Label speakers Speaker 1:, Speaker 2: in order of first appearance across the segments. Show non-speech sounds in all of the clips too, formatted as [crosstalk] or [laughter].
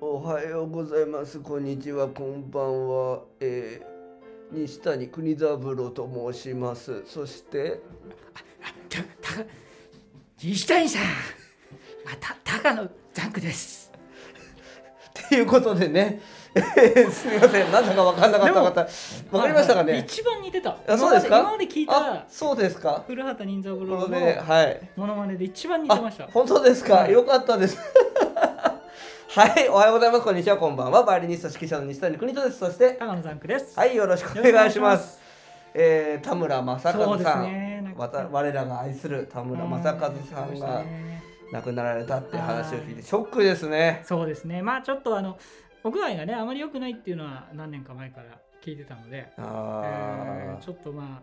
Speaker 1: おはようございます。こんにちは。こんばんは。えー西谷邦三郎と申します。そして、
Speaker 2: たた西谷さんあた高野ザンクです
Speaker 1: っていうことでね、えーすみません。なんだかわかんなかった方、わかりましたか
Speaker 2: はい
Speaker 1: ね。
Speaker 2: 一番似てた
Speaker 1: あそうですか
Speaker 2: 今まで今まで聞い
Speaker 1: あ
Speaker 2: た、
Speaker 1: そうですか。
Speaker 2: 古畑任三
Speaker 1: こ
Speaker 2: 郎
Speaker 1: れ
Speaker 2: の
Speaker 1: で、はい。
Speaker 2: モノマネで一番似てま
Speaker 1: あ
Speaker 2: した、
Speaker 1: 本当ですか。
Speaker 2: はい
Speaker 1: よかったです。 [laughs] はい、おはようございます。こんにちは。こんばんは。バイオリニスト指揮者の西谷邦人です。そして、
Speaker 2: 高野ザンクです
Speaker 1: はい、よろしくお願いします。えー田村正
Speaker 2: そう
Speaker 1: 和
Speaker 2: です
Speaker 1: さん。
Speaker 2: ねなんか
Speaker 1: わた我らが愛する田村正和さんが亡くなられたって話を聞いてショックですね。
Speaker 2: そうですねまあちょっとあのお具合がねあまり良くないっていうのは何年か前から聞いてたので、え
Speaker 1: あ
Speaker 2: ー
Speaker 1: ー
Speaker 2: ちょっとまあ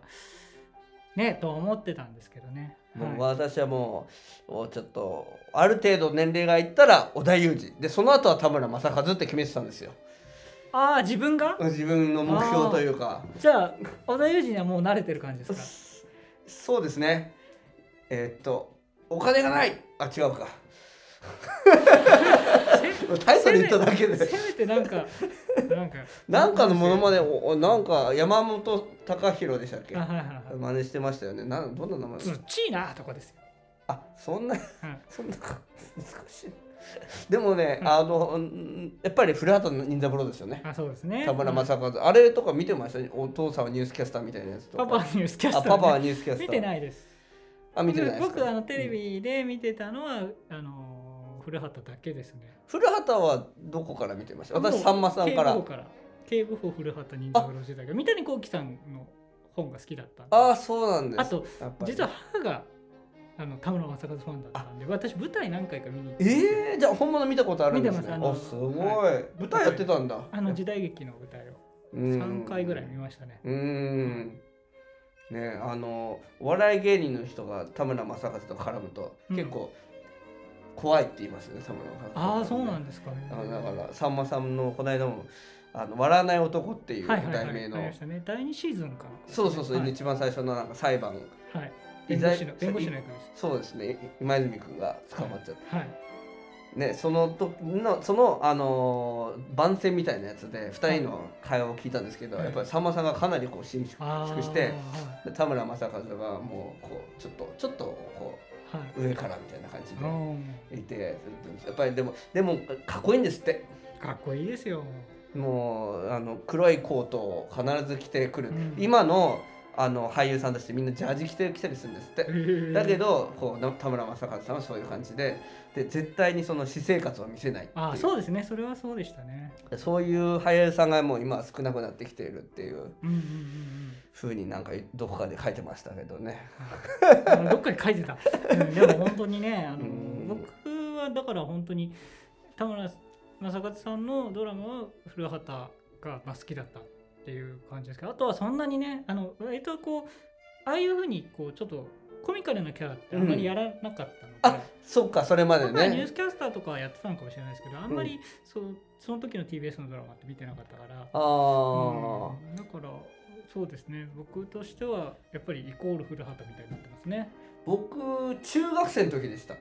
Speaker 2: ねと思ってたんですけどね
Speaker 1: もう
Speaker 2: はい
Speaker 1: 私はもうもうちょっとある程度年齢がいったら織田裕二でその後は田村正和って決めてたんですよ
Speaker 2: ああ自分が
Speaker 1: 自分の目標というか
Speaker 2: じゃあ小田裕二にはもう慣れてる感じです
Speaker 1: そうですねえーっとお金がないあ違うか
Speaker 2: かせ
Speaker 1: 大層に言っただけで
Speaker 2: せめてなんかなんか
Speaker 1: なんかのものまでなんか山本貴弘でしたっけ
Speaker 2: あはいはいはい
Speaker 1: 真似してましたよねなんどんな名前
Speaker 2: ズッチーなとかですよ、
Speaker 1: あそんな
Speaker 2: うん
Speaker 1: そんな難しいでもね、
Speaker 2: うん
Speaker 1: あのうんやっぱり古畑任三郎ですよね
Speaker 2: あそうですね
Speaker 1: 田村正和、あれとか見てましたお父さんはニュースキャスターみたいなやつとか
Speaker 2: パパニュースキャスタ
Speaker 1: あ
Speaker 2: ーね、
Speaker 1: パパはニュースキャスター
Speaker 2: 見てないです
Speaker 1: あ見てないですか
Speaker 2: 僕あのテレビで見てたのは、あの古畑だけですね
Speaker 1: 古畑はどこから見てました私
Speaker 2: もう
Speaker 1: さんまさんから
Speaker 2: 警部補から警部補古畑任三郎時代が三谷幸喜さんの本が好きだったんで
Speaker 1: ああそうなんです
Speaker 2: あと
Speaker 1: やっぱり
Speaker 2: 実は母があの田村正和ファンだったんで私舞台何回か見に行って
Speaker 1: ええー、じゃあ本物見たことあるんです
Speaker 2: 見て
Speaker 1: ね
Speaker 2: ますあの
Speaker 1: あすごい、
Speaker 2: は
Speaker 1: 舞台やってたんだ
Speaker 2: あの時代劇の舞台を3回ぐらい見ましたね
Speaker 1: うーんねあのお笑い芸人の人が田村正和と絡むと
Speaker 2: うん
Speaker 1: 結構怖いって言いますよね、田村正和
Speaker 2: ああそうなんんですかね
Speaker 1: だからさんまさんのこの間も「あの笑わない男」っていう
Speaker 2: はいはいはい
Speaker 1: 題名の、
Speaker 2: ありましたね第二シーズンかな
Speaker 1: そうそうそう、
Speaker 2: はい、
Speaker 1: 一番最初のなんか裁判
Speaker 2: はい、
Speaker 1: い
Speaker 2: 弁
Speaker 1: ざ
Speaker 2: 護士の弁護士の役です
Speaker 1: そうですね今泉君が捕まっちゃって、
Speaker 2: はい
Speaker 1: ねその時のその、あのー番宣みたいなやつで2人の会話を聞いたんですけど、
Speaker 2: はい
Speaker 1: やっぱりさんまさんがかなりこう伸
Speaker 2: あー
Speaker 1: 縮して。
Speaker 2: は
Speaker 1: で田村正和がもうこうちょっとちょっとこ
Speaker 2: い、はいう
Speaker 1: 上からみたいな感じ
Speaker 2: う
Speaker 1: で
Speaker 2: ん
Speaker 1: いてやっぱりでもでもかっこいいんですって
Speaker 2: かっこいいですよ
Speaker 1: もうあの黒いコートを必ず着てくる、
Speaker 2: うん
Speaker 1: 今のあの俳優さんたちってみんなジャージ着てきたりするんですってだけ
Speaker 2: ど
Speaker 1: どこうな田村正和さんはそういう感じでで絶対にその私生活を見せないっていう
Speaker 2: あーそうですねそれはそうでしたね
Speaker 1: そういう俳優さんがもう今は少なくなってきているっていう
Speaker 2: うんうんうん
Speaker 1: ふうになんかどこかで書いてましたけどね。
Speaker 2: うんあのどっかに書いてた、うん、でも本当にねあ
Speaker 1: う
Speaker 2: の
Speaker 1: ん
Speaker 2: 僕はだから本当に田村正和さんのドラマは古畑がまあ好きだったっていう感じですけどあとはそんなにねあの割とこうああいうふうにこうちょっとコミカルなキャラってあんまりやらなかったの
Speaker 1: う
Speaker 2: で、
Speaker 1: んあそっかそれまで
Speaker 2: まあニュー
Speaker 1: ね。
Speaker 2: スキャスターとかはやってたのかもしれないですけどあんまりそうその時の TBS のドラマって見てなかったか
Speaker 1: あ
Speaker 2: ら、う
Speaker 1: あ、
Speaker 2: んだからそうですね僕としてはやっぱりイコール古畑みたいになってますね
Speaker 1: 僕中学生の時でした、
Speaker 2: あ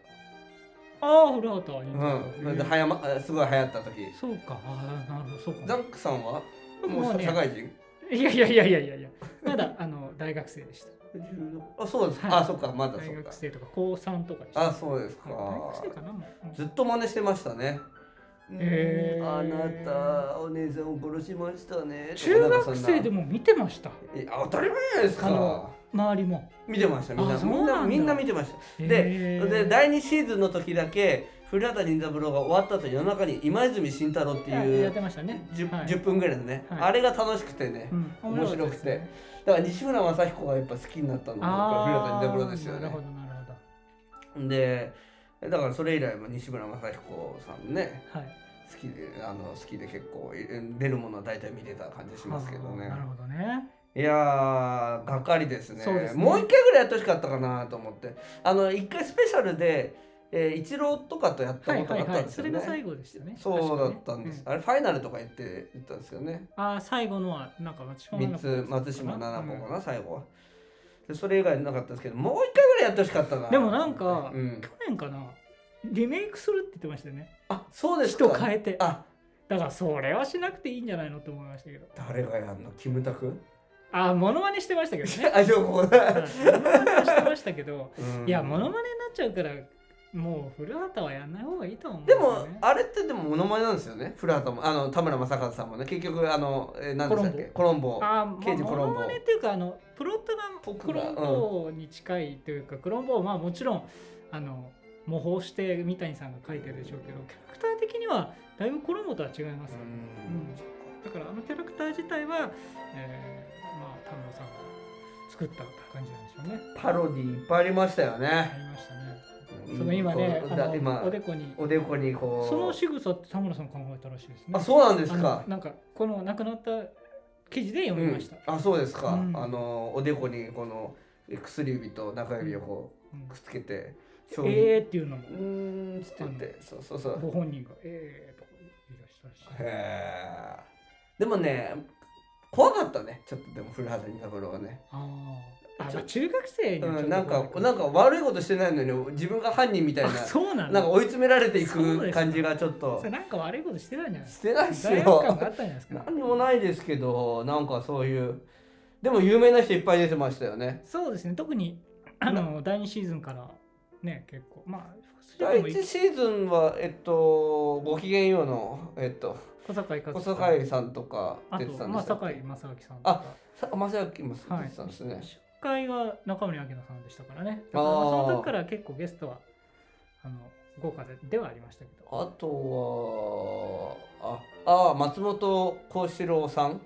Speaker 2: あ古畑はいうい
Speaker 1: ん
Speaker 2: ん
Speaker 1: で
Speaker 2: だへえ
Speaker 1: はやま、すごい流行った時
Speaker 2: そうかああなるほどそう
Speaker 1: ザ
Speaker 2: か
Speaker 1: ックさんは
Speaker 2: 僕
Speaker 1: も
Speaker 2: も
Speaker 1: う
Speaker 2: ね
Speaker 1: 社会人
Speaker 2: いやいやいやいやいやいやまだあの大学生でした
Speaker 1: あそうです、
Speaker 2: はい
Speaker 1: あそっかまだそ
Speaker 2: 大
Speaker 1: っか
Speaker 2: 学生とか高3とかでした
Speaker 1: あそうですか
Speaker 2: はい大学生かなもう
Speaker 1: ずっと真似してましたね
Speaker 2: へー
Speaker 1: あなたお姉さんを殺しましたね
Speaker 2: 中学生で
Speaker 1: も
Speaker 2: も見てました
Speaker 1: 当たり前じゃないです
Speaker 2: あ
Speaker 1: か
Speaker 2: の周りも
Speaker 1: 見てましたみんな
Speaker 2: あそう
Speaker 1: みん
Speaker 2: なん
Speaker 1: な
Speaker 2: だ
Speaker 1: みんな見てました
Speaker 2: へえ
Speaker 1: で第2シーズンの時だけ古畑任三郎が終わった後夜中に今泉慎太郎って
Speaker 2: や
Speaker 1: い
Speaker 2: や
Speaker 1: う
Speaker 2: ってましたね
Speaker 1: 10,
Speaker 2: はい
Speaker 1: 10分ぐらいのね、
Speaker 2: はい
Speaker 1: あれが楽しくてね、
Speaker 2: うん
Speaker 1: 面白くて
Speaker 2: かったですね
Speaker 1: だから西村雅彦がやっぱ好きになったのもやっぱ古畑
Speaker 2: あ
Speaker 1: 任
Speaker 2: あ
Speaker 1: 三郎ですよ
Speaker 2: なるほ
Speaker 1: ね
Speaker 2: どなるほど
Speaker 1: でだからそれ以来も西村雅彦さんね
Speaker 2: はい
Speaker 1: 好きであの好きで結構え出るものは大体見てた感じしますけど
Speaker 2: あ
Speaker 1: ね
Speaker 2: ーなるほどね
Speaker 1: いやーがっかりですね
Speaker 2: そうですね
Speaker 1: もう一回ぐらいやってほしかったかなと思ってあの一回スペシャルで、えー、イチローとかとやった
Speaker 2: は
Speaker 1: こ
Speaker 2: い
Speaker 1: とがあ
Speaker 2: は
Speaker 1: っ
Speaker 2: い
Speaker 1: た
Speaker 2: は
Speaker 1: ん
Speaker 2: い
Speaker 1: です
Speaker 2: そ
Speaker 1: よね、
Speaker 2: れが最後でしたね
Speaker 1: そうだったんです、
Speaker 2: 確か
Speaker 1: あ
Speaker 2: ね
Speaker 1: れファイナルとか言って言ったんですよね
Speaker 2: うんあー最後のはなんか松島
Speaker 1: 三
Speaker 2: 菜々子
Speaker 1: つ松島
Speaker 2: かな
Speaker 1: 七子
Speaker 2: うん
Speaker 1: かな最後はでそれ以外なかったんですけどもう一回ぐらいやってほしかったな
Speaker 2: でもなんか
Speaker 1: うん
Speaker 2: 去年かなリメイクするって言ってましたよね
Speaker 1: あそうですか
Speaker 2: 人変えてだか
Speaker 1: あ
Speaker 2: らそれはしなくていいんじゃないのと思いましたけど
Speaker 1: 誰がやんのキムタク [laughs]
Speaker 2: ああモノマネしてましたけどね
Speaker 1: あそうここ
Speaker 2: はい
Speaker 1: だ、
Speaker 2: モノマネはしてましたけど
Speaker 1: うん
Speaker 2: いやモノマネになっちゃうからもう古畑はやんない方がいいと思うん
Speaker 1: です
Speaker 2: よ
Speaker 1: も
Speaker 2: ね
Speaker 1: あれってでもモノマネなんですよね古畑もあの田村正和さんもね結局あのえー何でしたっけコロンボ
Speaker 2: あーまあ
Speaker 1: 刑事コロンボ
Speaker 2: モノマネっていうかあのプロットが
Speaker 1: 僕
Speaker 2: ク
Speaker 1: が
Speaker 2: ロンボーに近いというか、クロンボーはまあもちろんあの模倣して三谷さんが書いてるでしょうけどキャラクター的にはだいぶコロンボーとは違いますよ、
Speaker 1: うん
Speaker 2: だからあのキャラクター自体は、えーまあ田村さんが作った感じなんでしょうね
Speaker 1: パロディいっぱいありましたよ
Speaker 2: あ
Speaker 1: ね
Speaker 2: りましたねその今ね
Speaker 1: こう
Speaker 2: あ
Speaker 1: だ
Speaker 2: の
Speaker 1: 今
Speaker 2: おでこに
Speaker 1: おでこにこう
Speaker 2: その仕草って田村さん考えたらしいですね
Speaker 1: あそうなんです
Speaker 2: あ
Speaker 1: か
Speaker 2: のなんかこの亡くなった記事で読みました、
Speaker 1: うん、あそうですか、
Speaker 2: うん
Speaker 1: あのおでこにこのえ薬指と中指をこ
Speaker 2: うん
Speaker 1: うくっつけて
Speaker 2: ええーっていうのも
Speaker 1: うーんつって言ってそうそうそう
Speaker 2: ご本人が「ええ」とか言い出したらしい。
Speaker 1: へーでもね怖かったねちょっとでも古畑任三郎はね、
Speaker 2: あーあ
Speaker 1: ちょ
Speaker 2: まあ中学生にはちょっ
Speaker 1: う
Speaker 2: と
Speaker 1: ん、なんか
Speaker 2: 怖い
Speaker 1: なんか悪いことしてないのに自分が犯人みたい
Speaker 2: あ
Speaker 1: な
Speaker 2: そうなの
Speaker 1: なんか追い詰められてい
Speaker 2: そうです
Speaker 1: く
Speaker 2: か
Speaker 1: 感じがちょっと
Speaker 2: それなんか悪いことしてたんじゃないです
Speaker 1: して
Speaker 2: か
Speaker 1: ないです
Speaker 2: 罪悪感
Speaker 1: よ
Speaker 2: があったんじゃないですか
Speaker 1: 何もないですけどなんかそういうでも有名な人いっぱい出てましたよね
Speaker 2: そうですね特にあの第2シーズンからね結構まあ複数
Speaker 1: 第
Speaker 2: もい
Speaker 1: 一シーズンはえっとごきげんようのえっと
Speaker 2: 小坂井和
Speaker 1: 小
Speaker 2: 樹さん
Speaker 1: 堺さんとか
Speaker 2: あ
Speaker 1: 出てた
Speaker 2: と
Speaker 1: んで
Speaker 2: まあ
Speaker 1: したっけ
Speaker 2: 坂井正明さんとか
Speaker 1: さ正明も出
Speaker 2: はい
Speaker 1: てたんですね、
Speaker 2: 初回は中森明菜さんでしたからねだ
Speaker 1: あー
Speaker 2: からまあその時から結構ゲストはあの豪華でではありましたけど
Speaker 1: あとはああ松本幸四郎さん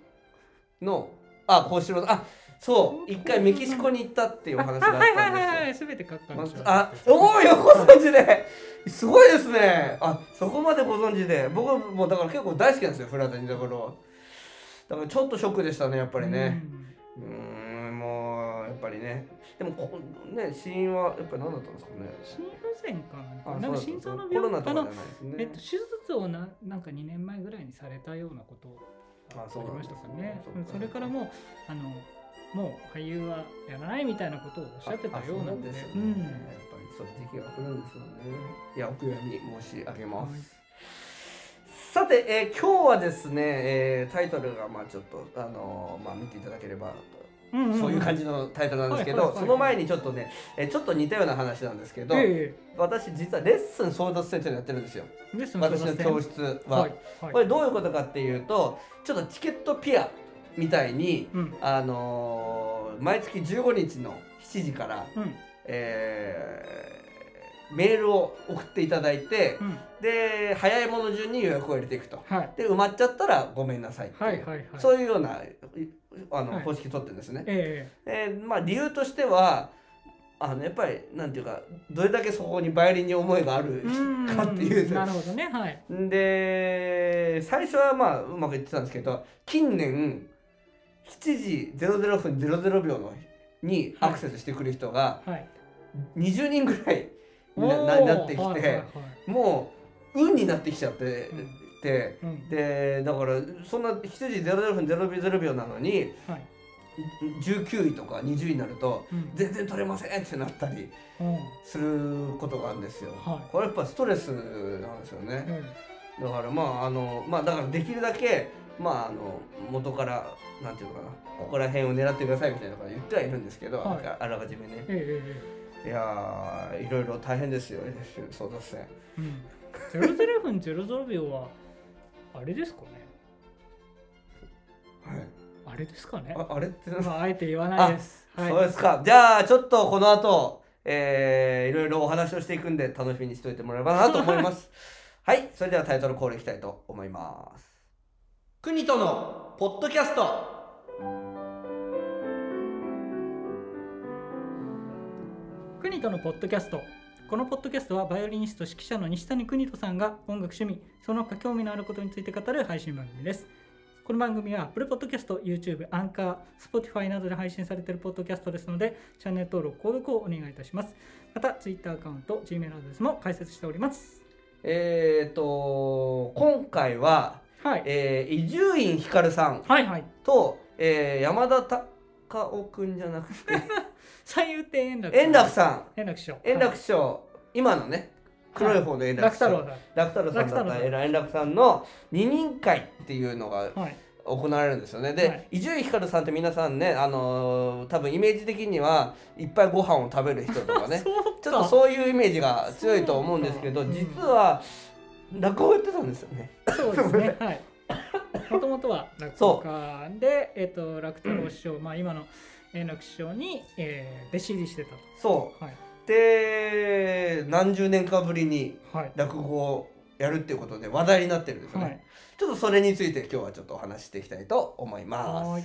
Speaker 1: のあ幸四郎さんあそう一回メキシコに行ったっていうお話があったんですよ
Speaker 2: あはいはいはいはいすべて書く感じ
Speaker 1: まあおおよくご存知ですごいですねあそこまでご存知で僕はもうだから結構大好きなんですよ古畑任三郎だからちょっとショックでしたねやっぱりね、うーんもうやっぱりねでもここね死因はやっぱり何だったんですかね
Speaker 2: 心不全か
Speaker 1: あ
Speaker 2: ななんか
Speaker 1: そう
Speaker 2: 心
Speaker 1: だ
Speaker 2: 臓の
Speaker 1: コロナ
Speaker 2: 病
Speaker 1: とかじ
Speaker 2: あ
Speaker 1: ゃ
Speaker 2: の
Speaker 1: ないですね、
Speaker 2: えっと、手術をななんか2年前ぐらいにされたようなことが
Speaker 1: あそう
Speaker 2: あ
Speaker 1: な
Speaker 2: り
Speaker 1: ん
Speaker 2: ま
Speaker 1: です
Speaker 2: した
Speaker 1: ね
Speaker 2: からね
Speaker 1: そ
Speaker 2: そ
Speaker 1: か
Speaker 2: うれからもうあのもう俳優はやらないみたいなことをおっしゃってたような
Speaker 1: あそ
Speaker 2: ので
Speaker 1: ですよね、や
Speaker 2: う
Speaker 1: っ
Speaker 2: ん
Speaker 1: ぱりそういう時期が来るんですよねいやお悔やみ申し上げます、
Speaker 2: はい
Speaker 1: さて、えー今日はですね、えータイトルがまあちょっとあのーまあ見ていただければ
Speaker 2: うんんん
Speaker 1: そういう感じのタイトルなんですけ
Speaker 2: はい
Speaker 1: ど
Speaker 2: はいはい
Speaker 1: その前にちょっとね、えーちょっと似たような話なんですけど、
Speaker 2: え
Speaker 1: 私実はレッスン争奪戦というのやってるんですよ
Speaker 2: えレッスン
Speaker 1: 私の教室は、
Speaker 2: はいはい
Speaker 1: これどういうことかっていうとちょっとチケットピアみたいに、
Speaker 2: うん
Speaker 1: あのー毎月15日の7時から、
Speaker 2: うん
Speaker 1: えーメールを送っていただいて
Speaker 2: うん
Speaker 1: で早いもの順に予約を入れていくと
Speaker 2: はい
Speaker 1: で埋まっちゃったらごめんなさいっていう
Speaker 2: はいはいはい
Speaker 1: そういうようないあの、
Speaker 2: はい
Speaker 1: 方式取ってるんですね。
Speaker 2: え
Speaker 1: えーまあ、理由としてはあのやっぱりなんていうかどれだけそこにバイオリンに思いがある
Speaker 2: えうん
Speaker 1: かっていう
Speaker 2: なるほどねはい
Speaker 1: で最初はまあうまくいってたんですけど近年7時00分00秒のに
Speaker 2: はい
Speaker 1: アクセスしてくる人が
Speaker 2: はい
Speaker 1: 20人ぐらいに
Speaker 2: お
Speaker 1: な,、
Speaker 2: ー
Speaker 1: なってきて、
Speaker 2: はいはいはい
Speaker 1: もう運になってきちゃって
Speaker 2: うん
Speaker 1: て、
Speaker 2: うん
Speaker 1: でだからそんな7時00分00秒00秒なのに
Speaker 2: はい
Speaker 1: 19位とか20位になると
Speaker 2: うん
Speaker 1: 全然取れませんってなったり
Speaker 2: うん
Speaker 1: することがあるんですよ。
Speaker 2: はい
Speaker 1: これやっぱストレスなんですよね。
Speaker 2: うん
Speaker 1: だからまああのまあだからできるだけまああの元からなんていうのかなここら辺を狙ってくださいみたいなことは言ってはいるんですけど、
Speaker 2: はい
Speaker 1: あらあらかじめね
Speaker 2: ええええええ
Speaker 1: いやーいろいろ大変ですよ争奪戦
Speaker 2: うん、00分00秒はあれですかね
Speaker 1: はい
Speaker 2: あれですかね
Speaker 1: ああれってなんです
Speaker 2: ま
Speaker 1: か
Speaker 2: ああえて言わないです。はい、
Speaker 1: そうですかじゃあちょっとこの後えーいろいろお話をしていくんで楽しみにしておいてもらえればなと思います [laughs] はいそれではタイトルコールいきたいと思います国とのポッドキャスト
Speaker 2: 国とのポッドキャスト。このポッドキャストはバイオリニスト指揮者の西谷邦人さんが音楽趣味、その他興味のあることについて語る配信番組です。この番組は Apple Podcast、YouTube、Anchor、Spotify などで配信されているポッドキャストですので、チャンネル登録、購読をお願いいたします。また、Twitter アカウント、Gmail アドレスも開設しております。
Speaker 1: えー、と今回は
Speaker 2: はい。
Speaker 1: えー伊集院光さん
Speaker 2: はいはい。
Speaker 1: と、えー山田隆夫くんじゃなくて
Speaker 2: 三遊亭円楽さん。
Speaker 1: [laughs] 円楽さん
Speaker 2: 円楽師匠。
Speaker 1: 円楽師匠、今のね黒い方の円楽
Speaker 2: 楽
Speaker 1: さ
Speaker 2: 太
Speaker 1: ん
Speaker 2: 郎だ。
Speaker 1: 楽太郎さんだった円楽さんの二人会っていうのが
Speaker 2: はい。
Speaker 1: 行われるんですよね
Speaker 2: は
Speaker 1: で
Speaker 2: い
Speaker 1: 伊集院光さんって皆さんね、あのー多分イメージ的にはいっぱいご飯を食べる人と [laughs] かね
Speaker 2: そう
Speaker 1: ちょっとそういうイメージが強いと思うんですけど
Speaker 2: そうか
Speaker 1: 実は落語をやってたんですよね。
Speaker 2: そうですね。 [laughs] はい。もともとは落語家で、えっ、と、楽太郎師匠、まあ、今の円楽師匠に、えー弟子入りしてた
Speaker 1: そ
Speaker 2: と。はい。
Speaker 1: うで何十年かぶりに
Speaker 2: はい。
Speaker 1: 落語をやるっていうことで話題になってるんですよね、
Speaker 2: はい。
Speaker 1: ちょっとそれについて今日はちょっとお話ししていきたいと思います。
Speaker 2: はい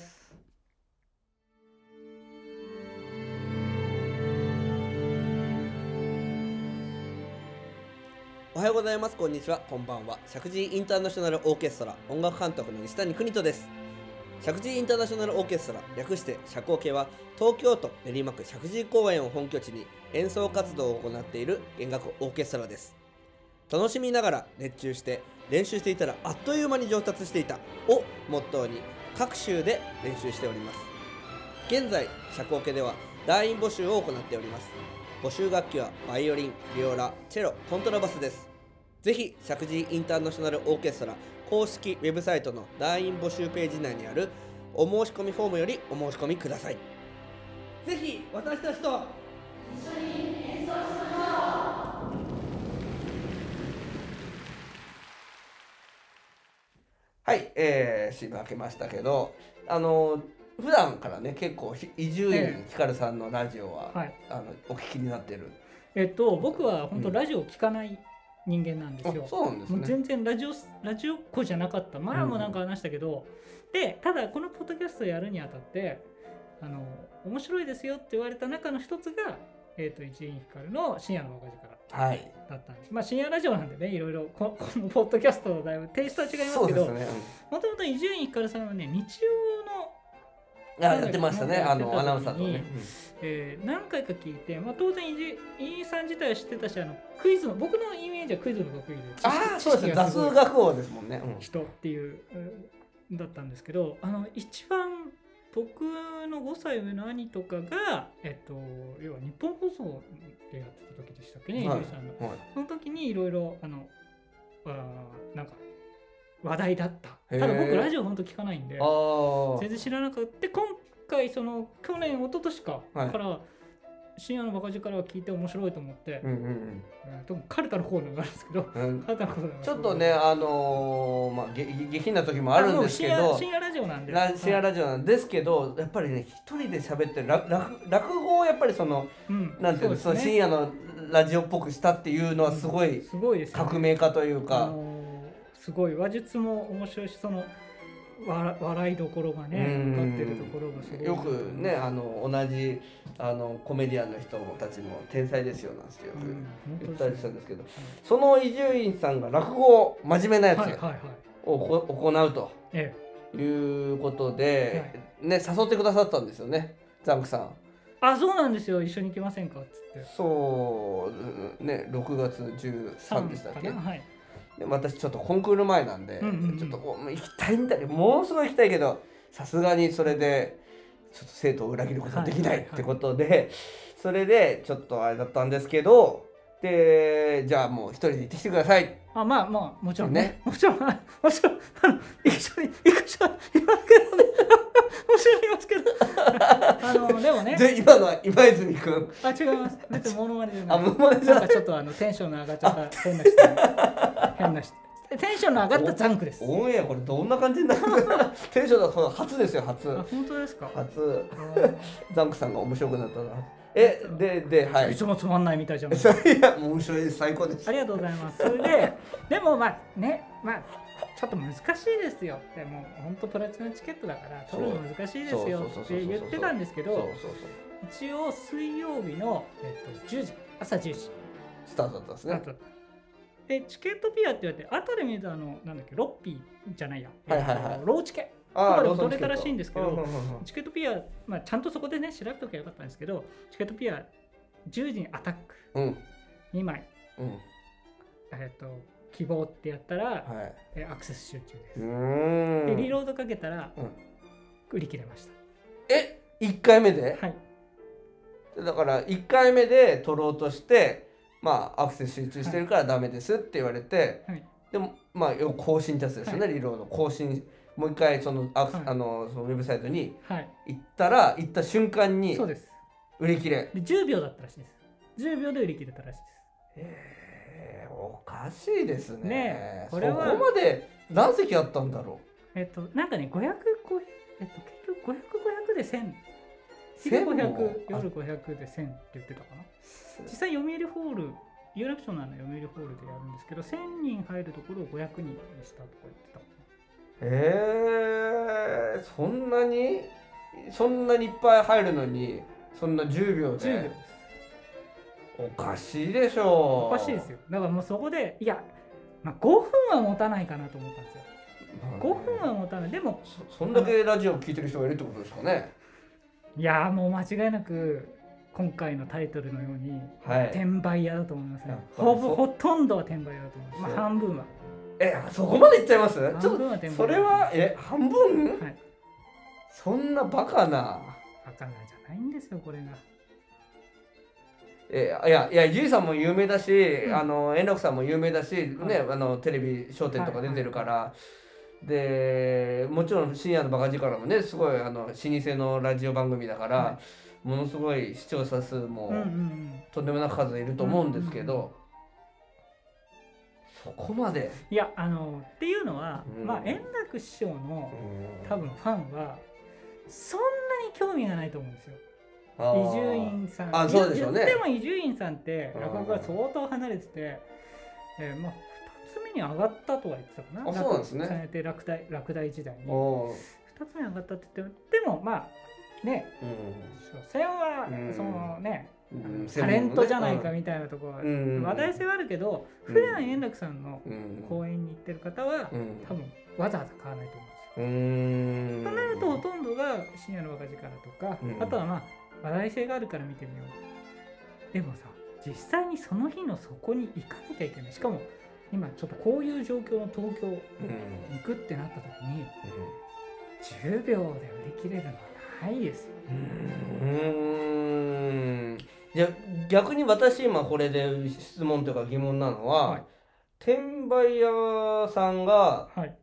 Speaker 1: おはようございます。こんにちは。こんばんは。石神井インターナショナルオーケストラ音楽監督の西谷邦人です。石神井インターナショナルオーケストラ略して社交系は東京都練馬区石神井公園を本拠地に演奏活動を行っている弦楽オーケストラです。楽しみながら熱中して練習していたらあっという間に上達していたをモットーに各州で練習しております。現在社交系では団員募集を行っております。募集楽器はバイオリン、ビオラ、チェロ、コントラバスです。ぜひ、石神井インターナショナルオーケストラ公式ウェブサイトの団員募集ページ内にあるお申し込みフォームよりお申し込みください。ぜひ、私たちとはい、えー、シーン開けましたけど、あの、普段からね、結構、伊集院
Speaker 2: え
Speaker 1: 光さんのラジオは、
Speaker 2: はい。
Speaker 1: あのお聞きになってる
Speaker 2: えっと、僕は本
Speaker 1: う
Speaker 2: 当
Speaker 1: ん
Speaker 2: ラジオ聞かない人間なんですよ。
Speaker 1: そうなんです
Speaker 2: もう
Speaker 1: ね
Speaker 2: 全然ラジオラジオっ子じゃなかった前もなんか話したけど、でただこのポッドキャストやるにあたってあの面白いですよって言われた中の一つが、えー、と一員光の深夜の若力
Speaker 1: はい
Speaker 2: だったんですまあ深夜ラジオなんでねいろいろこ [laughs] このポッドキャストのだいぶテイストは違います
Speaker 1: そう
Speaker 2: け
Speaker 1: で
Speaker 2: ど
Speaker 1: すね、
Speaker 2: もともと伊集院光さんはね日曜の
Speaker 1: うん、あやってましたねあ
Speaker 2: なんか
Speaker 1: のアナウンサーと
Speaker 2: やっ
Speaker 1: ね
Speaker 2: て、えー何回か聞いて、まあ、当然伊集伊井さん自体は知ってたしあのクイズの僕のイメージはクイズの得意で知識
Speaker 1: ああそうですね
Speaker 2: 知識が
Speaker 1: 雑
Speaker 2: すごい
Speaker 1: 学王ですもんね、うん
Speaker 2: 人っていううんだったんですけどあの一番僕の5歳上の兄とかが、えっと、要は日本放送でやってた時でしたっけね、
Speaker 1: はい
Speaker 2: 伊集院さんの
Speaker 1: はい
Speaker 2: その時にいろいろあのあーなんか話題だった
Speaker 1: へー
Speaker 2: ただ僕ラジオ本当聞かないんで
Speaker 1: ああ
Speaker 2: 全然知らなくて今回その去年一昨年か、
Speaker 1: はい
Speaker 2: から深夜のバカ力は聞いて面白いと思って
Speaker 1: う、んうん
Speaker 2: うん、でもカルタの方なんですけど [laughs]
Speaker 1: うんうん
Speaker 2: カルタの方なんです
Speaker 1: ち
Speaker 2: け
Speaker 1: ょ
Speaker 2: ど
Speaker 1: っとねあのーまあげ下品な時もあるんですけ
Speaker 2: あもう
Speaker 1: ど
Speaker 2: 深夜深夜ラジオなんで
Speaker 1: ラシェアラジオなんですけどやっぱりね一人で喋ってるら落落語をやっぱりその
Speaker 2: うん
Speaker 1: なんていうのそ
Speaker 2: そう
Speaker 1: の
Speaker 2: です
Speaker 1: 深
Speaker 2: ね
Speaker 1: 夜のラジオっぽくしたっていうのはすごい
Speaker 2: すごいですよね
Speaker 1: 革命家という
Speaker 2: あ
Speaker 1: か、
Speaker 2: のーすごい話術も面白いしそのわ笑いどころがね
Speaker 1: うん
Speaker 2: 分かってるところがすごい
Speaker 1: よくねあの同じあのコメディアンの人たちも天才ですよなんてよ
Speaker 2: う
Speaker 1: く
Speaker 2: ん
Speaker 1: 言
Speaker 2: 本
Speaker 1: った
Speaker 2: 当
Speaker 1: り
Speaker 2: で
Speaker 1: し
Speaker 2: す
Speaker 1: た
Speaker 2: ね
Speaker 1: んですけどその伊集院さんが落語を真面目なや
Speaker 2: はいはい
Speaker 1: つ
Speaker 2: はい
Speaker 1: をこ行うと
Speaker 2: え
Speaker 1: いうことで、ね、誘ってくださったんですよねザンクさん。
Speaker 2: えあそうなんですよ一緒に行きませんかっつって
Speaker 1: そうね6月13でしたっ
Speaker 2: か
Speaker 1: け
Speaker 2: なはい
Speaker 1: で私ちょっとコンクール前なんで、
Speaker 2: うんうんうん
Speaker 1: ちょっとこう行きたいみたいでもうすごい行きたいけどさすがにそれでちょっと生徒を裏切ることはできない
Speaker 2: はい
Speaker 1: ってことで、それでちょっとあれだったんですけどでじゃあもう一人で行ってきてください
Speaker 2: あまあまあもちろん
Speaker 1: ね
Speaker 2: ねもちろんはいもちろんあの一緒に行く人はいますけどねもちろんいますけどあのでもね
Speaker 1: [laughs] で今のは今泉君
Speaker 2: あ違います別にモノマネじゃな
Speaker 1: あ
Speaker 2: い
Speaker 1: もうまねじゃ
Speaker 2: なん
Speaker 1: な
Speaker 2: か
Speaker 1: い
Speaker 2: ちょっとあのテンションの上がっちゃった変な人。変な人。テンションの上がったザンクです。
Speaker 1: オンエアこれどんな感じになるかテンションだと初ですよ初
Speaker 2: あ本当ですか。
Speaker 1: 初
Speaker 2: あー
Speaker 1: ザンクさんが面白くなったなえでではいい
Speaker 2: つもつまんないみたいじゃ
Speaker 1: [laughs]
Speaker 2: ん。
Speaker 1: いやもう面白いです最高です
Speaker 2: ありがとうございます。それで、でもまあね、まあちょっと難しいですよ。でも本当プラチナチケットだから取るの難しいですよ
Speaker 1: そうそうそう
Speaker 2: っ
Speaker 1: そうそう
Speaker 2: て言ってたんですけ
Speaker 1: そうそうそ
Speaker 2: ど、
Speaker 1: う
Speaker 2: 一応水曜日のえっと10時朝10時
Speaker 1: スタートだったんです
Speaker 2: だ
Speaker 1: ね
Speaker 2: った。でチケットピアって言われて後で見るとあのなんだっけロッピーじゃないや、
Speaker 1: はいはいはい
Speaker 2: えっとローチケ
Speaker 1: あ
Speaker 2: とかで
Speaker 1: ロ
Speaker 2: も
Speaker 1: ーソンチケット
Speaker 2: 取れたらしいんですけど
Speaker 1: ううんうんうん
Speaker 2: チケットピア、まあ、ちゃんとそこでね調べときゃよかったんですけどチケットピア10時にアタック
Speaker 1: うん、
Speaker 2: 2枚、
Speaker 1: うん、
Speaker 2: えっと希望ってやったら、
Speaker 1: はい。
Speaker 2: えアクセス集中です、
Speaker 1: うー
Speaker 2: でリ
Speaker 1: ん。
Speaker 2: ロードかけたら、
Speaker 1: うん
Speaker 2: 売り切れまし
Speaker 1: え、一回目
Speaker 2: た
Speaker 1: で、
Speaker 2: はい
Speaker 1: だから一回目で取ろうとして、まあアクセス集中してるからダメですって言われて、
Speaker 2: はい
Speaker 1: でもまあ要は更新ってやつですよね、リロード更新もう一回そのアクセ
Speaker 2: はい
Speaker 1: あのそのウェブサイトに
Speaker 2: はい
Speaker 1: 行ったら行った瞬間に
Speaker 2: そうです
Speaker 1: 売り切れ
Speaker 2: で10秒だったらしいです10秒で売り切れたらしいです
Speaker 1: えーおかしいですね
Speaker 2: ねえ
Speaker 1: こ
Speaker 2: これは
Speaker 1: そこまで何席あったんだろ
Speaker 2: えっと、なんかね、500、500、えっと、結局500、500で1000。
Speaker 1: う
Speaker 2: 昼
Speaker 1: 1000
Speaker 2: 500、
Speaker 1: も
Speaker 2: 夜500で1000って言ってたかな。実際、読売ホール、有楽町のあの読売ホールでやるんですけど、1000人入るところを500人にしたとか言ってたか
Speaker 1: えー、そんなにそんなにいっぱい入るのにそんな10秒
Speaker 2: な。10秒
Speaker 1: で
Speaker 2: です。
Speaker 1: おかしいでしょ
Speaker 2: おかしいですよ。だからもうそこで、いや、まあ、5分は持たないかなと思ったんですよ。
Speaker 1: まあね
Speaker 2: 5分は持たない。でも、
Speaker 1: そそんだけラジオを聞いてる人がいるってことですかね
Speaker 2: いやーもう間違いなく、今回のタイトルのように、
Speaker 1: はい
Speaker 2: 転売屋だと思いますね
Speaker 1: やっぱ。り
Speaker 2: ほ
Speaker 1: そう
Speaker 2: ぼ、ほとんどは転売屋だと思います。ま
Speaker 1: そう
Speaker 2: あ、半分は。
Speaker 1: えそこまでいっちゃいますちょ
Speaker 2: 半
Speaker 1: っと
Speaker 2: 分は転売屋
Speaker 1: それはえ半分、
Speaker 2: はい
Speaker 1: そんなバカな
Speaker 2: バカなじゃないんですよこれが
Speaker 1: えいやいやゆいさんも有名だし、
Speaker 2: ん
Speaker 1: あの円楽さんも有名だし、
Speaker 2: はい
Speaker 1: ねあのテレビ『笑点』とか出てるから、でもちろん深夜のバカ力もねすごいあの老舗のラジオ番組だから、
Speaker 2: は
Speaker 1: ものすごい視聴者数も、
Speaker 2: うんうんうん
Speaker 1: とんでもなく数いると思うんですけど、
Speaker 2: うんう
Speaker 1: そこまで、
Speaker 2: いやあのっていうのは、
Speaker 1: うん
Speaker 2: まあ円楽師匠の多分ファンはそんなに興味がないと思うんですよ
Speaker 1: あー
Speaker 2: 伊集院さん
Speaker 1: あそうでしょうね
Speaker 2: 言っても伊集院さんって
Speaker 1: うん
Speaker 2: 落語から相当離れてて、えーまあ2つ目に上がったとは言ってたかな
Speaker 1: あそうなんですね
Speaker 2: 落語されて落第落第時代に2
Speaker 1: おー
Speaker 2: つ目に上がったって言ってもでもまあね所詮は、
Speaker 1: うん
Speaker 2: そのね、
Speaker 1: うんうん
Speaker 2: タレントじゃないかみたいなところは、
Speaker 1: うん
Speaker 2: 話題性はあるけど、
Speaker 1: うん
Speaker 2: 普段円楽さんの
Speaker 1: うん
Speaker 2: 公演に行ってる方は、
Speaker 1: うん
Speaker 2: 多分わざわざ買わないと思うんですよ。
Speaker 1: うーん
Speaker 2: となるとほとんどが深夜の若力とか、
Speaker 1: うん
Speaker 2: あとはまあ話題性があるから見てみよう。でもさ実際にその日のそこに行かなきゃいけないしかも今ちょっとこういう状況の東京
Speaker 1: うんうん
Speaker 2: 行くってなった時に10秒で売り切れるのはないですよ。
Speaker 1: うんうーんじゃあ逆に私今これで質問というか疑問なのは、
Speaker 2: はい
Speaker 1: 転売屋さんが
Speaker 2: はい、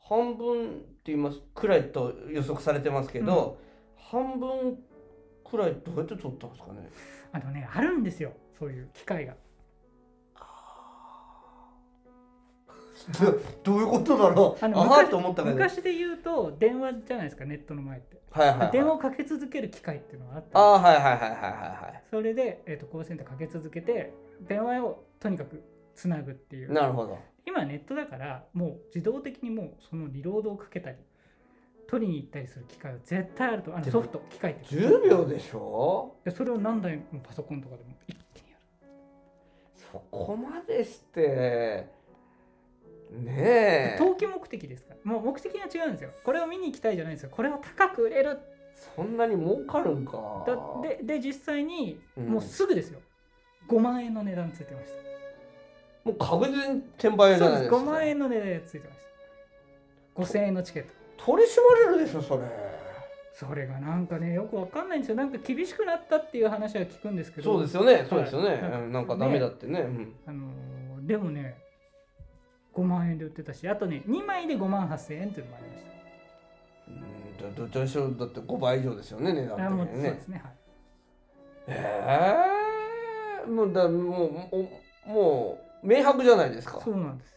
Speaker 1: 半分って言いますくらいと予測されてますけど、半分くらいどうやって取ったんですかね
Speaker 2: あのねあるんですよそういう機会が。
Speaker 1: どどういうことだろう
Speaker 2: あ
Speaker 1: あ
Speaker 2: の
Speaker 1: はーって思ったけど
Speaker 2: 昔で言うと電話じゃないですかネットの前って。
Speaker 1: はいはいはい、
Speaker 2: 電話をかけ続ける機会っていうのがあって
Speaker 1: ああはいはいはいはいはいは
Speaker 2: それで、えー、とコールセンターかけ続けて電話をとにかくつなぐってい
Speaker 1: いうなるほど
Speaker 2: 今ネットだからもう自動的にもうそのリロードをかけたり取りに行ったりする機会は絶対あるとあの
Speaker 1: でも
Speaker 2: ソフト機械って
Speaker 1: 10秒でしょ
Speaker 2: でそれを何台もパソコンとかでも一気にやる
Speaker 1: そこまでしてねえ
Speaker 2: 投機目的ですからもう目的が違うんですよこれを見に行きたいじゃないんですよこれを高く売れる
Speaker 1: そんなに儲かるんか
Speaker 2: だでで実際に
Speaker 1: うん
Speaker 2: もうすぐですよ、5万円の値段ついてました
Speaker 1: もう確実に転売屋じ
Speaker 2: そ
Speaker 1: ゃ
Speaker 2: う
Speaker 1: ない
Speaker 2: で
Speaker 1: ですすか
Speaker 2: 5万円の値段がついてました5000円のチケット
Speaker 1: 取り締まれるでしょそれ
Speaker 2: それがなんかねよくわかんないんですよなんか厳しくなったっていう話は聞くんですけど
Speaker 1: そうですよねそうですよね、
Speaker 2: はい
Speaker 1: うんなんかダメだってねうん
Speaker 2: あのーでもね5万円で売ってたしあとね2枚で5万8000円っていうのもありまし
Speaker 1: うんどどっちにしろだって5倍以上ですよね値
Speaker 2: たあ
Speaker 1: 段
Speaker 2: も
Speaker 1: 的に
Speaker 2: うそうで
Speaker 1: ね
Speaker 2: すねはい
Speaker 1: ええもうだもうおもう明白じゃないですか
Speaker 2: そうなんです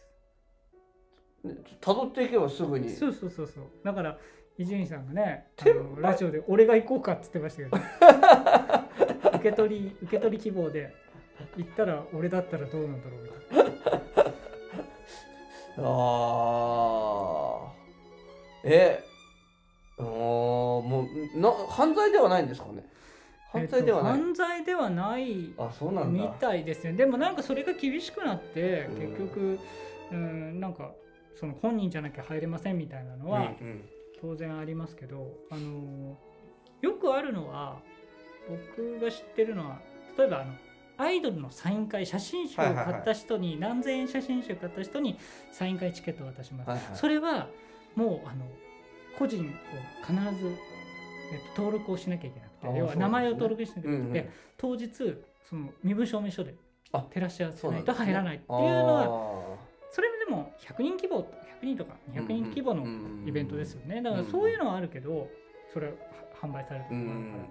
Speaker 1: たどっていけばすぐに
Speaker 2: そうそうそうそうだから伊集院さんがねあ
Speaker 1: 転
Speaker 2: のラジオで「俺が行こうか」っつってましたけ
Speaker 1: [laughs]
Speaker 2: ど受け取り受け取り希望で行ったら俺だったらどうなんだろうみたいな
Speaker 1: ああえあーもうな犯罪ではないんですかね犯罪ではない、
Speaker 2: えっと犯罪ではない
Speaker 1: あそうなん
Speaker 2: み
Speaker 1: だ
Speaker 2: たいですねでもなんかそれが厳しくなって
Speaker 1: うん
Speaker 2: 結局うんなんかその本人じゃなきゃ入れませんみたいなの
Speaker 1: うんう
Speaker 2: は
Speaker 1: ん
Speaker 2: 当然ありますけど、あのーよくあるのは僕が知ってるのは例えばあのアイドルのサイン会写真集を買った人に、何千円写真集買った人にサイン会チケットを渡します、
Speaker 1: はいはい
Speaker 2: それはもうあの個人を必ず、えっと、登録をしなきゃいけなく
Speaker 1: あー
Speaker 2: て要
Speaker 1: そうなんです
Speaker 2: は
Speaker 1: ね
Speaker 2: 名前を登録しなきゃいけなくて、
Speaker 1: うんうん
Speaker 2: 当日その身分証明書でピ
Speaker 1: あ
Speaker 2: 照らし合わせないと
Speaker 1: そうなんですね
Speaker 2: 入らないっていう
Speaker 1: あ
Speaker 2: のは
Speaker 1: ー
Speaker 2: それでも100人規模100人とか200人規模のイベントですよねだからそういうのはあるけどそれは販売されるところもあるから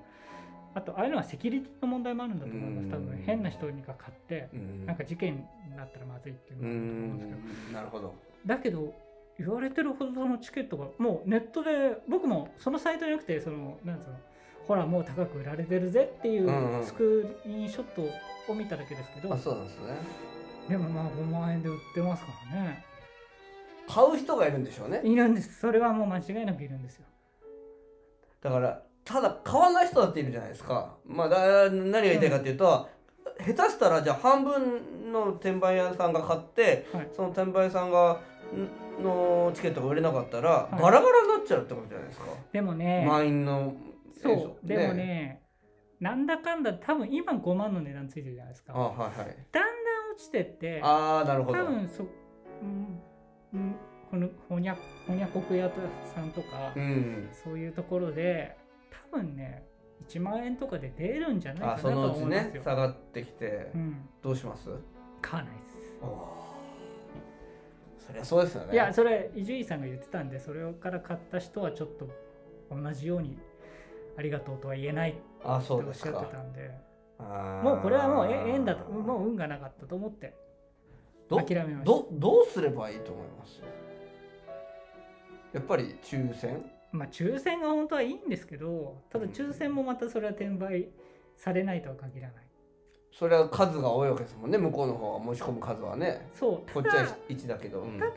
Speaker 2: あとああいうのはセキュリティの問題もあるんだと思います多
Speaker 1: うん
Speaker 2: 分変な人にかかって
Speaker 1: うん
Speaker 2: なんか事件になったらまずいっていう
Speaker 1: う
Speaker 2: のがあると思うんですけど
Speaker 1: んなるほど
Speaker 2: だけど言われてるほどのチケットがもうネットで僕もそのサイトじゃなくてそのなんつうのほらもう高く売られてるぜってい
Speaker 1: んうん
Speaker 2: うスクリーンショットを見ただけですけど、
Speaker 1: あそうなんですね
Speaker 2: でもまあ5万円で売ってますからね
Speaker 1: 買う人がいるんでしょうね
Speaker 2: いるんですそれはもう間違いなくいるんですよ
Speaker 1: だからただ買わない人だっているじゃないですかまあだ何が言いたいかっていうと、下手したらじゃあ半分の転売屋さんが買って、
Speaker 2: はい
Speaker 1: その転売屋さんがんのチケットが売れなかったら、
Speaker 2: い
Speaker 1: バラバラになっちゃうってことじゃないですか、
Speaker 2: でもね
Speaker 1: 満員の
Speaker 2: そうでもねなんだかんだ多分今5万の値段ついてるじゃないですか
Speaker 1: あはいはい
Speaker 2: だんだん落ちてって
Speaker 1: ああなるほ
Speaker 2: 多
Speaker 1: ど
Speaker 2: 分そうんうんこのほにゃほにゃ国屋さんとか、
Speaker 1: うん
Speaker 2: そういうところで多分ね1万円とかで出るんじゃないか
Speaker 1: あ
Speaker 2: なと
Speaker 1: そのうち
Speaker 2: 思いま
Speaker 1: ね
Speaker 2: すよ、
Speaker 1: 下がってきて、
Speaker 2: うん、
Speaker 1: どうします
Speaker 2: 買わないです
Speaker 1: おーそりゃそうですよね
Speaker 2: いやそれ伊集院さんが言ってたんでそれから買った人はちょっと同じようにありがとうとは言えないって
Speaker 1: あそ
Speaker 2: お
Speaker 1: うで
Speaker 2: っ
Speaker 1: す
Speaker 2: しゃってた
Speaker 1: か
Speaker 2: んで
Speaker 1: も
Speaker 2: もうこれはもうえ縁だともう運がなかったと思って
Speaker 1: ど
Speaker 2: 諦めました
Speaker 1: どどうすればいいと思いますやっぱり抽選
Speaker 2: まあ抽選が本当はいいんですけどただ抽選もまたそれは転売されないとは限らない
Speaker 1: それは数が多いわけですもんね向こうの方は申し込む数はね
Speaker 2: そうた
Speaker 1: こっち
Speaker 2: だ
Speaker 1: は1だけど、うん
Speaker 2: ただ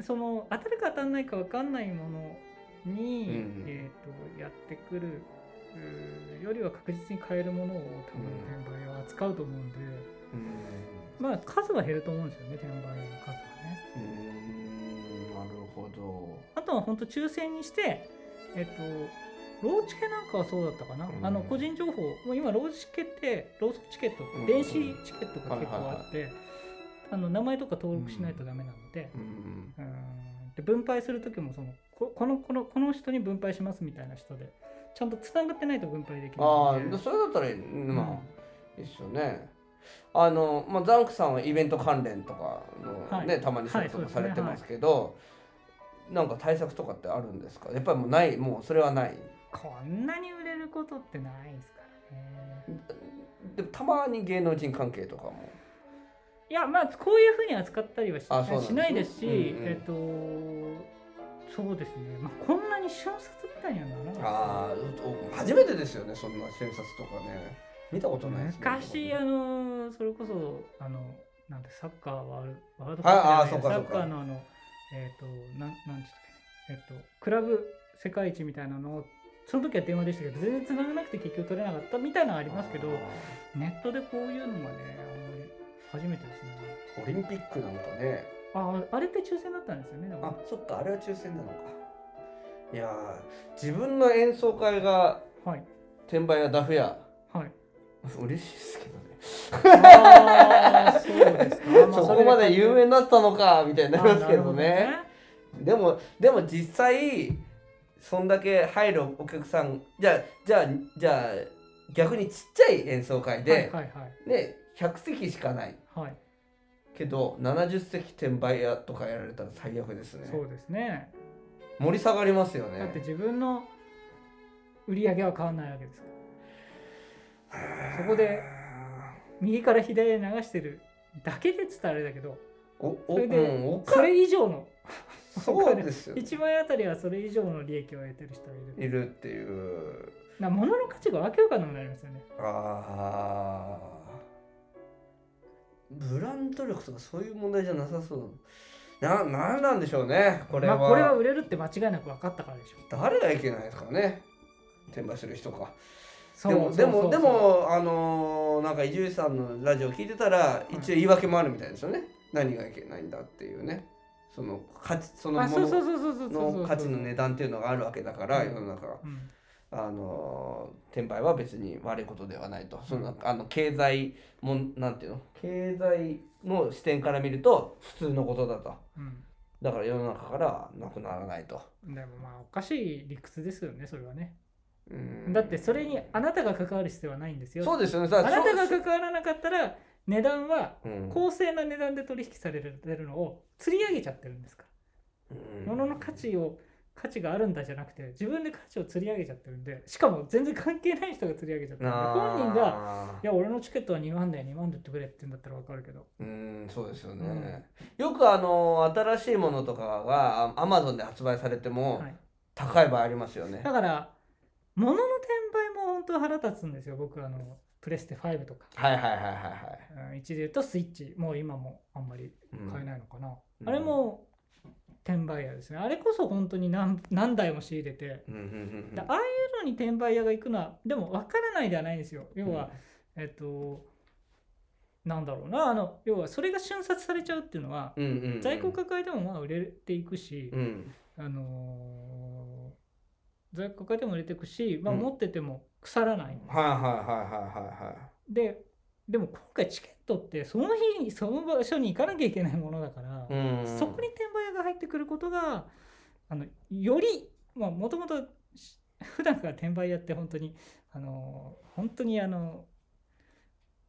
Speaker 2: その当たるか当たらないか分かんないもの
Speaker 1: う
Speaker 2: に、
Speaker 1: ん
Speaker 2: えー、とやってくるうーよりは確実に買えるものを多
Speaker 1: う
Speaker 2: 分
Speaker 1: ん
Speaker 2: 転売は扱うと思うんで、
Speaker 1: うん
Speaker 2: まあ数は減ると思うんですよね転売の数はね。
Speaker 1: うーんなるほど
Speaker 2: あとは本当抽選にしてえっ、とローチケなんかはそうだったかな、
Speaker 1: うん
Speaker 2: あの個人情報もう今ローチケってローソクチケット、
Speaker 1: うん
Speaker 2: 電子チケットが結構あって、あの名前とか登録しないとダメなので。
Speaker 1: うん
Speaker 2: うんで分配する時もそのここのこのこの人に分配しますみたいな人でちゃんとつながってないと分配できない
Speaker 1: あ
Speaker 2: ので
Speaker 1: あそれだったらいい
Speaker 2: うん
Speaker 1: まあ、いいっすよねあの、まあ、ザンクさんはイベント関連とかの、ね
Speaker 2: はい
Speaker 1: たまに仕
Speaker 2: はい
Speaker 1: 事
Speaker 2: そう
Speaker 1: も
Speaker 2: です
Speaker 1: さ
Speaker 2: ね
Speaker 1: れてますけど、なんか対策とかってあるんですかやっぱりもうないもうそれはない
Speaker 2: こんなに売れることってないですからね
Speaker 1: でもたまに芸能人関係とかも
Speaker 2: いやまあこういうふうに扱ったりはし
Speaker 1: あそうなんですね
Speaker 2: しないですし、
Speaker 1: うんうん
Speaker 2: えっ、とそうですね、まあ、こんなに瞬殺みたいにはならないです
Speaker 1: ああ初めてですよねそんな瞬殺とかね見たことないですね
Speaker 2: 昔
Speaker 1: は
Speaker 2: あのそれこそあのなんてサッカーワールワールド
Speaker 1: ああ
Speaker 2: カップじゃ
Speaker 1: そっか
Speaker 2: ないサ
Speaker 1: そっ
Speaker 2: ッ
Speaker 1: か
Speaker 2: カーのあのえっ、となんなんて言ったっけねえっ、とクラブ世界一みたいなのをその時は電話でしたけど全然繋がなくて結局取れなかったみたいなのありますけどネットでこういうのがねあんまり初めてですね
Speaker 1: オリンピックなんかね
Speaker 2: ああれって抽選だったんですよねでも
Speaker 1: あそっかあれは抽選なのかいやー自分の演奏会が
Speaker 2: はい
Speaker 1: 転売やダフや [laughs]
Speaker 2: はい
Speaker 1: 嬉しいですけどね
Speaker 2: あー [laughs] そうですか、まあ
Speaker 1: そこまで有名になったのかみたいになりますけど
Speaker 2: あーな
Speaker 1: ね
Speaker 2: るほ
Speaker 1: でもでも実際そんだけ入るお客さんじゃあじゃあじゃあ逆にちっちゃい演奏会で、
Speaker 2: どねはいはい
Speaker 1: ね100席しかない
Speaker 2: はい、はい、
Speaker 1: けど70席転売屋とかやられたら最悪ですね
Speaker 2: そうですね
Speaker 1: 盛り下がりますよね
Speaker 2: だって自分の売り上げは変わらないわけですからそこで右から左へ流してるだけで言ったらあれだけど
Speaker 1: おお
Speaker 2: それで
Speaker 1: うんお
Speaker 2: そ
Speaker 1: か
Speaker 2: れ以
Speaker 1: [laughs]
Speaker 2: 上の
Speaker 1: そうですよね
Speaker 2: 1万円あたりはそれ以上の利益を得てる人がいる
Speaker 1: いるっていう
Speaker 2: な物の価値がわけわかんなくなりますよね
Speaker 1: あーブランド力とかそういう問題じゃなさそうななんなんでしょうねこれは,、
Speaker 2: まあ、これは売れるって間違いなく分かったからでしょ
Speaker 1: 誰がいけないですかね転売する人か
Speaker 2: そう
Speaker 1: でもで
Speaker 2: そうそ
Speaker 1: も
Speaker 2: う
Speaker 1: で
Speaker 2: そう
Speaker 1: もあのーなんか伊集院さんのラジオ聞いてたら
Speaker 2: い
Speaker 1: 一応言い訳もあるみたいですよね、何がいけないんだっていうねその価値その
Speaker 2: あ
Speaker 1: も
Speaker 2: そうそう
Speaker 1: の
Speaker 2: そうそうそうそうそう
Speaker 1: の価値の値段っていうのがあるわけだから
Speaker 2: うん
Speaker 1: 世の中
Speaker 2: うん
Speaker 1: あの転売は別に悪いことではないとそのあの経済もんなんていうの経済の視点から見ると普通のことだとだから世の中からなくならないと
Speaker 2: うん、でもまあおかしい理屈ですよねそれはね
Speaker 1: うん
Speaker 2: だってそれにあなたが関わる必要はないんですよ
Speaker 1: そうですよねさ
Speaker 2: あなたが
Speaker 1: そう
Speaker 2: 関わらなかったら値段は
Speaker 1: うん
Speaker 2: 公正な値段で取引されてるのを釣り上げちゃってるんですか
Speaker 1: うん
Speaker 2: 物の価値を価値があるんだじゃなくて自分で価値を釣り上げちゃってるんでしかも全然関係ない人が釣り上げちゃってるんで
Speaker 1: あー
Speaker 2: 本人が「いや俺のチケットは2万だよ2万で売ってくれ」って言うんだったら分かるけど
Speaker 1: うんそうですよね、よくあの新しいものとかがアマゾンで発売されても
Speaker 2: はい
Speaker 1: 高い場合ありますよね、
Speaker 2: だから物の転売も本当腹立つんですよ僕あのプレステ5とか、
Speaker 1: はい、はいはいはいはい
Speaker 2: うん、一時言うとスイッチもう今もあんまり
Speaker 1: うん
Speaker 2: 買えないのかな、
Speaker 1: うん
Speaker 2: あれも転売屋ですねあれこそ本当に何何台も仕入れて
Speaker 1: うんうんうんうん
Speaker 2: だああいうのに転売屋が行くのはでも分からないではないんですよ要は、えっとなんだろうなあの要はそれが瞬殺されちゃうっていうのは、
Speaker 1: うんうんうん
Speaker 2: 在庫抱えてもまあ売れていくし、
Speaker 1: うん
Speaker 2: あのー在庫抱えても売れていくし、まあ、
Speaker 1: うん
Speaker 2: 持ってても腐らない、
Speaker 1: はいはいはいはいはいはい
Speaker 2: ででも今回チケットってその日その場所に行かなきゃいけないものだから、
Speaker 1: うん
Speaker 2: そこに転売屋が入ってくることがあのよりもともと [laughs] 普段から転売屋って本当にあの本当にあの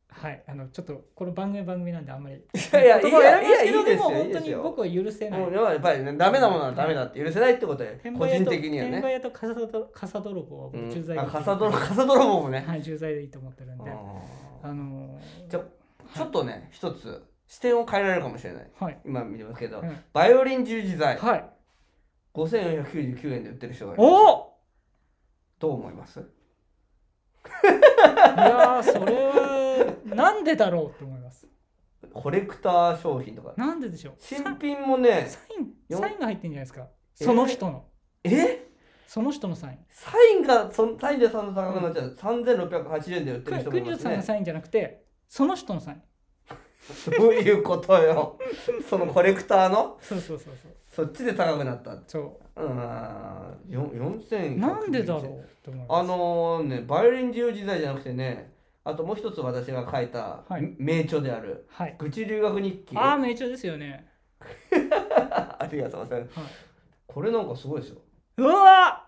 Speaker 2: はいあのちょっとこの番組番組なんであんまり
Speaker 1: いやいや
Speaker 2: 言葉を選びますけ
Speaker 1: いやい
Speaker 2: ど
Speaker 1: い
Speaker 2: で
Speaker 1: です
Speaker 2: も
Speaker 1: よい
Speaker 2: 本
Speaker 1: いで
Speaker 2: 当
Speaker 1: す
Speaker 2: に
Speaker 1: よ
Speaker 2: 僕は許せない
Speaker 1: もうやっぱりねダメなものはダメだって許せないってことで
Speaker 2: 転
Speaker 1: 個
Speaker 2: 売屋
Speaker 1: 人
Speaker 2: と
Speaker 1: 的には
Speaker 2: 転売
Speaker 1: ね
Speaker 2: 屋と傘泥傘泥棒は
Speaker 1: う
Speaker 2: 僕重罪
Speaker 1: ん
Speaker 2: だ
Speaker 1: あ
Speaker 2: と
Speaker 1: 傘泥傘泥棒もね
Speaker 2: はい重罪でいいと思ってるんで
Speaker 1: うん
Speaker 2: あの
Speaker 1: ちょちょっとね一つ視点を変えられるかもしれない
Speaker 2: はい
Speaker 1: 今見てますけど
Speaker 2: うん
Speaker 1: バイオリン十字剤
Speaker 2: はい
Speaker 1: 5499円で売ってる人がいる
Speaker 2: おお
Speaker 1: どう思います
Speaker 2: [laughs] いやーそれはなんでだろうと思います
Speaker 1: コレクター商品とか
Speaker 2: なんででしょう
Speaker 1: 新品もね
Speaker 2: サイン、
Speaker 1: よん
Speaker 2: サインが入ってんじゃないですか。
Speaker 1: え
Speaker 2: その人の、
Speaker 1: え
Speaker 2: その人のサイン。
Speaker 1: サインがそのサインで3高くなっちゃう3680円で売ってる人も
Speaker 2: ク
Speaker 1: い
Speaker 2: リ
Speaker 1: ま
Speaker 2: ュ
Speaker 1: す
Speaker 2: さんの
Speaker 1: ね
Speaker 2: サインじゃなくて、その人のサイン。
Speaker 1: そういうことよそのコレクターの
Speaker 2: そうそうそうそう。
Speaker 1: そっちで高くなった
Speaker 2: そう
Speaker 1: ーんよ4000
Speaker 2: なんでだろうと思います。
Speaker 1: あのねバイオリン自由自在じゃなくてねあともう一つ私が書いた
Speaker 2: はい
Speaker 1: め名著である
Speaker 2: はい。
Speaker 1: 「愚痴留学日記」
Speaker 2: ああ、名著ですよね。
Speaker 1: ありがとうございます
Speaker 2: はい。
Speaker 1: これなんかすごいですよ
Speaker 2: うわ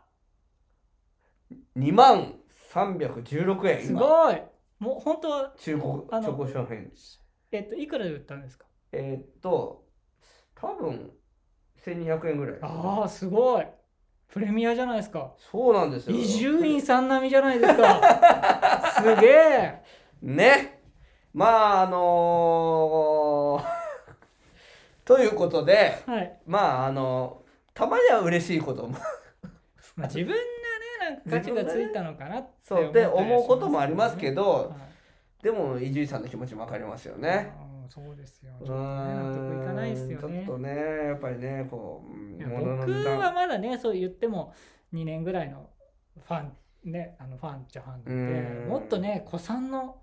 Speaker 1: 2万316
Speaker 2: ー
Speaker 1: 円
Speaker 2: す
Speaker 1: 今
Speaker 2: ごいもう本当は、
Speaker 1: 中古
Speaker 2: あの
Speaker 1: 中古商品
Speaker 2: えっと、いくらで売ったんですか
Speaker 1: えーっと多分1200円ぐらい
Speaker 2: ああ、すごいプレミアじゃないですか。
Speaker 1: そうなんですよ
Speaker 2: 伊集院さん並みじゃないですか。すげえ
Speaker 1: ねまああのー [laughs] ということで
Speaker 2: はい。
Speaker 1: まああのたまには嬉しいこと
Speaker 2: [laughs]
Speaker 1: も
Speaker 2: まあ、自分がね、なんか価値がついたのかなって
Speaker 1: そう
Speaker 2: っ
Speaker 1: ったて
Speaker 2: りはし
Speaker 1: 思うこともあります
Speaker 2: ど
Speaker 1: けど、
Speaker 2: はい
Speaker 1: でも伊集院さんの気持ちもわかりますよね。
Speaker 2: あーそうですよ。
Speaker 1: う
Speaker 2: ちょっとね納得いかないです
Speaker 1: ーん
Speaker 2: よ
Speaker 1: ちょ
Speaker 2: ね
Speaker 1: っ。とねやっぱりねこ
Speaker 2: いうや
Speaker 1: うん物の
Speaker 2: 僕
Speaker 1: 値
Speaker 2: は
Speaker 1: 段
Speaker 2: まだね、そう言っても2年ぐらいのファン、ね、あのファンっちゃファン
Speaker 1: う
Speaker 2: で、
Speaker 1: ーん
Speaker 2: もっとね、古参の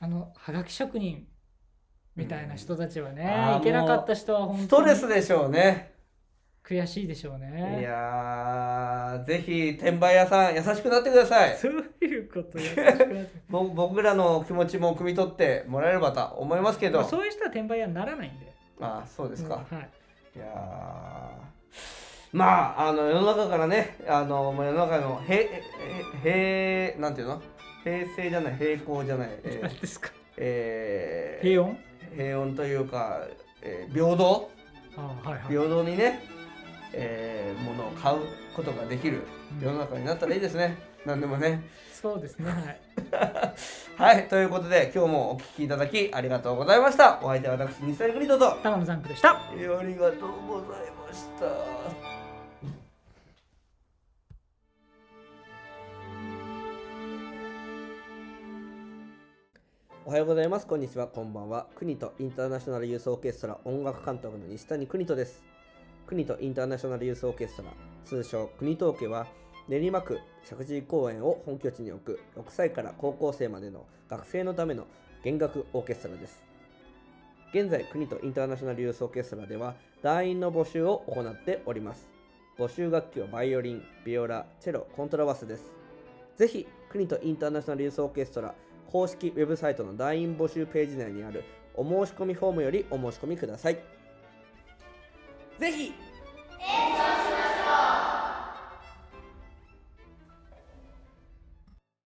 Speaker 2: あのはがき職人みたいな人たちはね、
Speaker 1: うんあー
Speaker 2: いけなかった人は本
Speaker 1: スト
Speaker 2: 当
Speaker 1: レ
Speaker 2: に
Speaker 1: スでしょうね。
Speaker 2: 悔しいでしょう
Speaker 1: い
Speaker 2: ね。
Speaker 1: やーぜひ転売屋さん優しくなってください。
Speaker 2: そういうこと優しくなって
Speaker 1: ぼ僕らの気持ちも汲み取ってもらえればとは思いますけど。
Speaker 2: まあそういう人は転売屋にならないんで。
Speaker 1: あそうですか。
Speaker 2: うんはい。
Speaker 1: いやーまああの世の中からねあのもう世の中の平へ平なんていうの平成じゃない平行じゃない、え
Speaker 2: 何
Speaker 1: ー
Speaker 2: ですか
Speaker 1: えー
Speaker 2: 平穏
Speaker 1: 平穏というか、えー平等
Speaker 2: あーはいはい。
Speaker 1: 平等にね、えー、ものを買うことができる
Speaker 2: うん
Speaker 1: 世の中になったらいいですね何でもね
Speaker 2: そうですね。はい。
Speaker 1: はいということで今日もお聞きいただきありがとうございましたお相手は私西谷邦人と
Speaker 2: 玉野ザンクでした。
Speaker 1: ありがとうございました
Speaker 3: おはようございます。こんにちは。こんばんは。国とインターナショナルユースオーケストラ音楽監督の西谷邦人です。国とインターナショナルユースオーケストラ、通称国東家は、練馬区石神井公園を本拠地に置く6歳から高校生までの学生のための弦楽オーケストラです。現在、国とインターナショナルユースオーケストラでは、団員の募集を行っております。募集楽器はバイオリン、ビオラ、チェロ、コントラバスです。ぜひ、国とインターナショナルユースオーケストラ公式ウェブサイトの団員募集ページ内にあるお申し込みフォームよりお申し込みください。ぜひ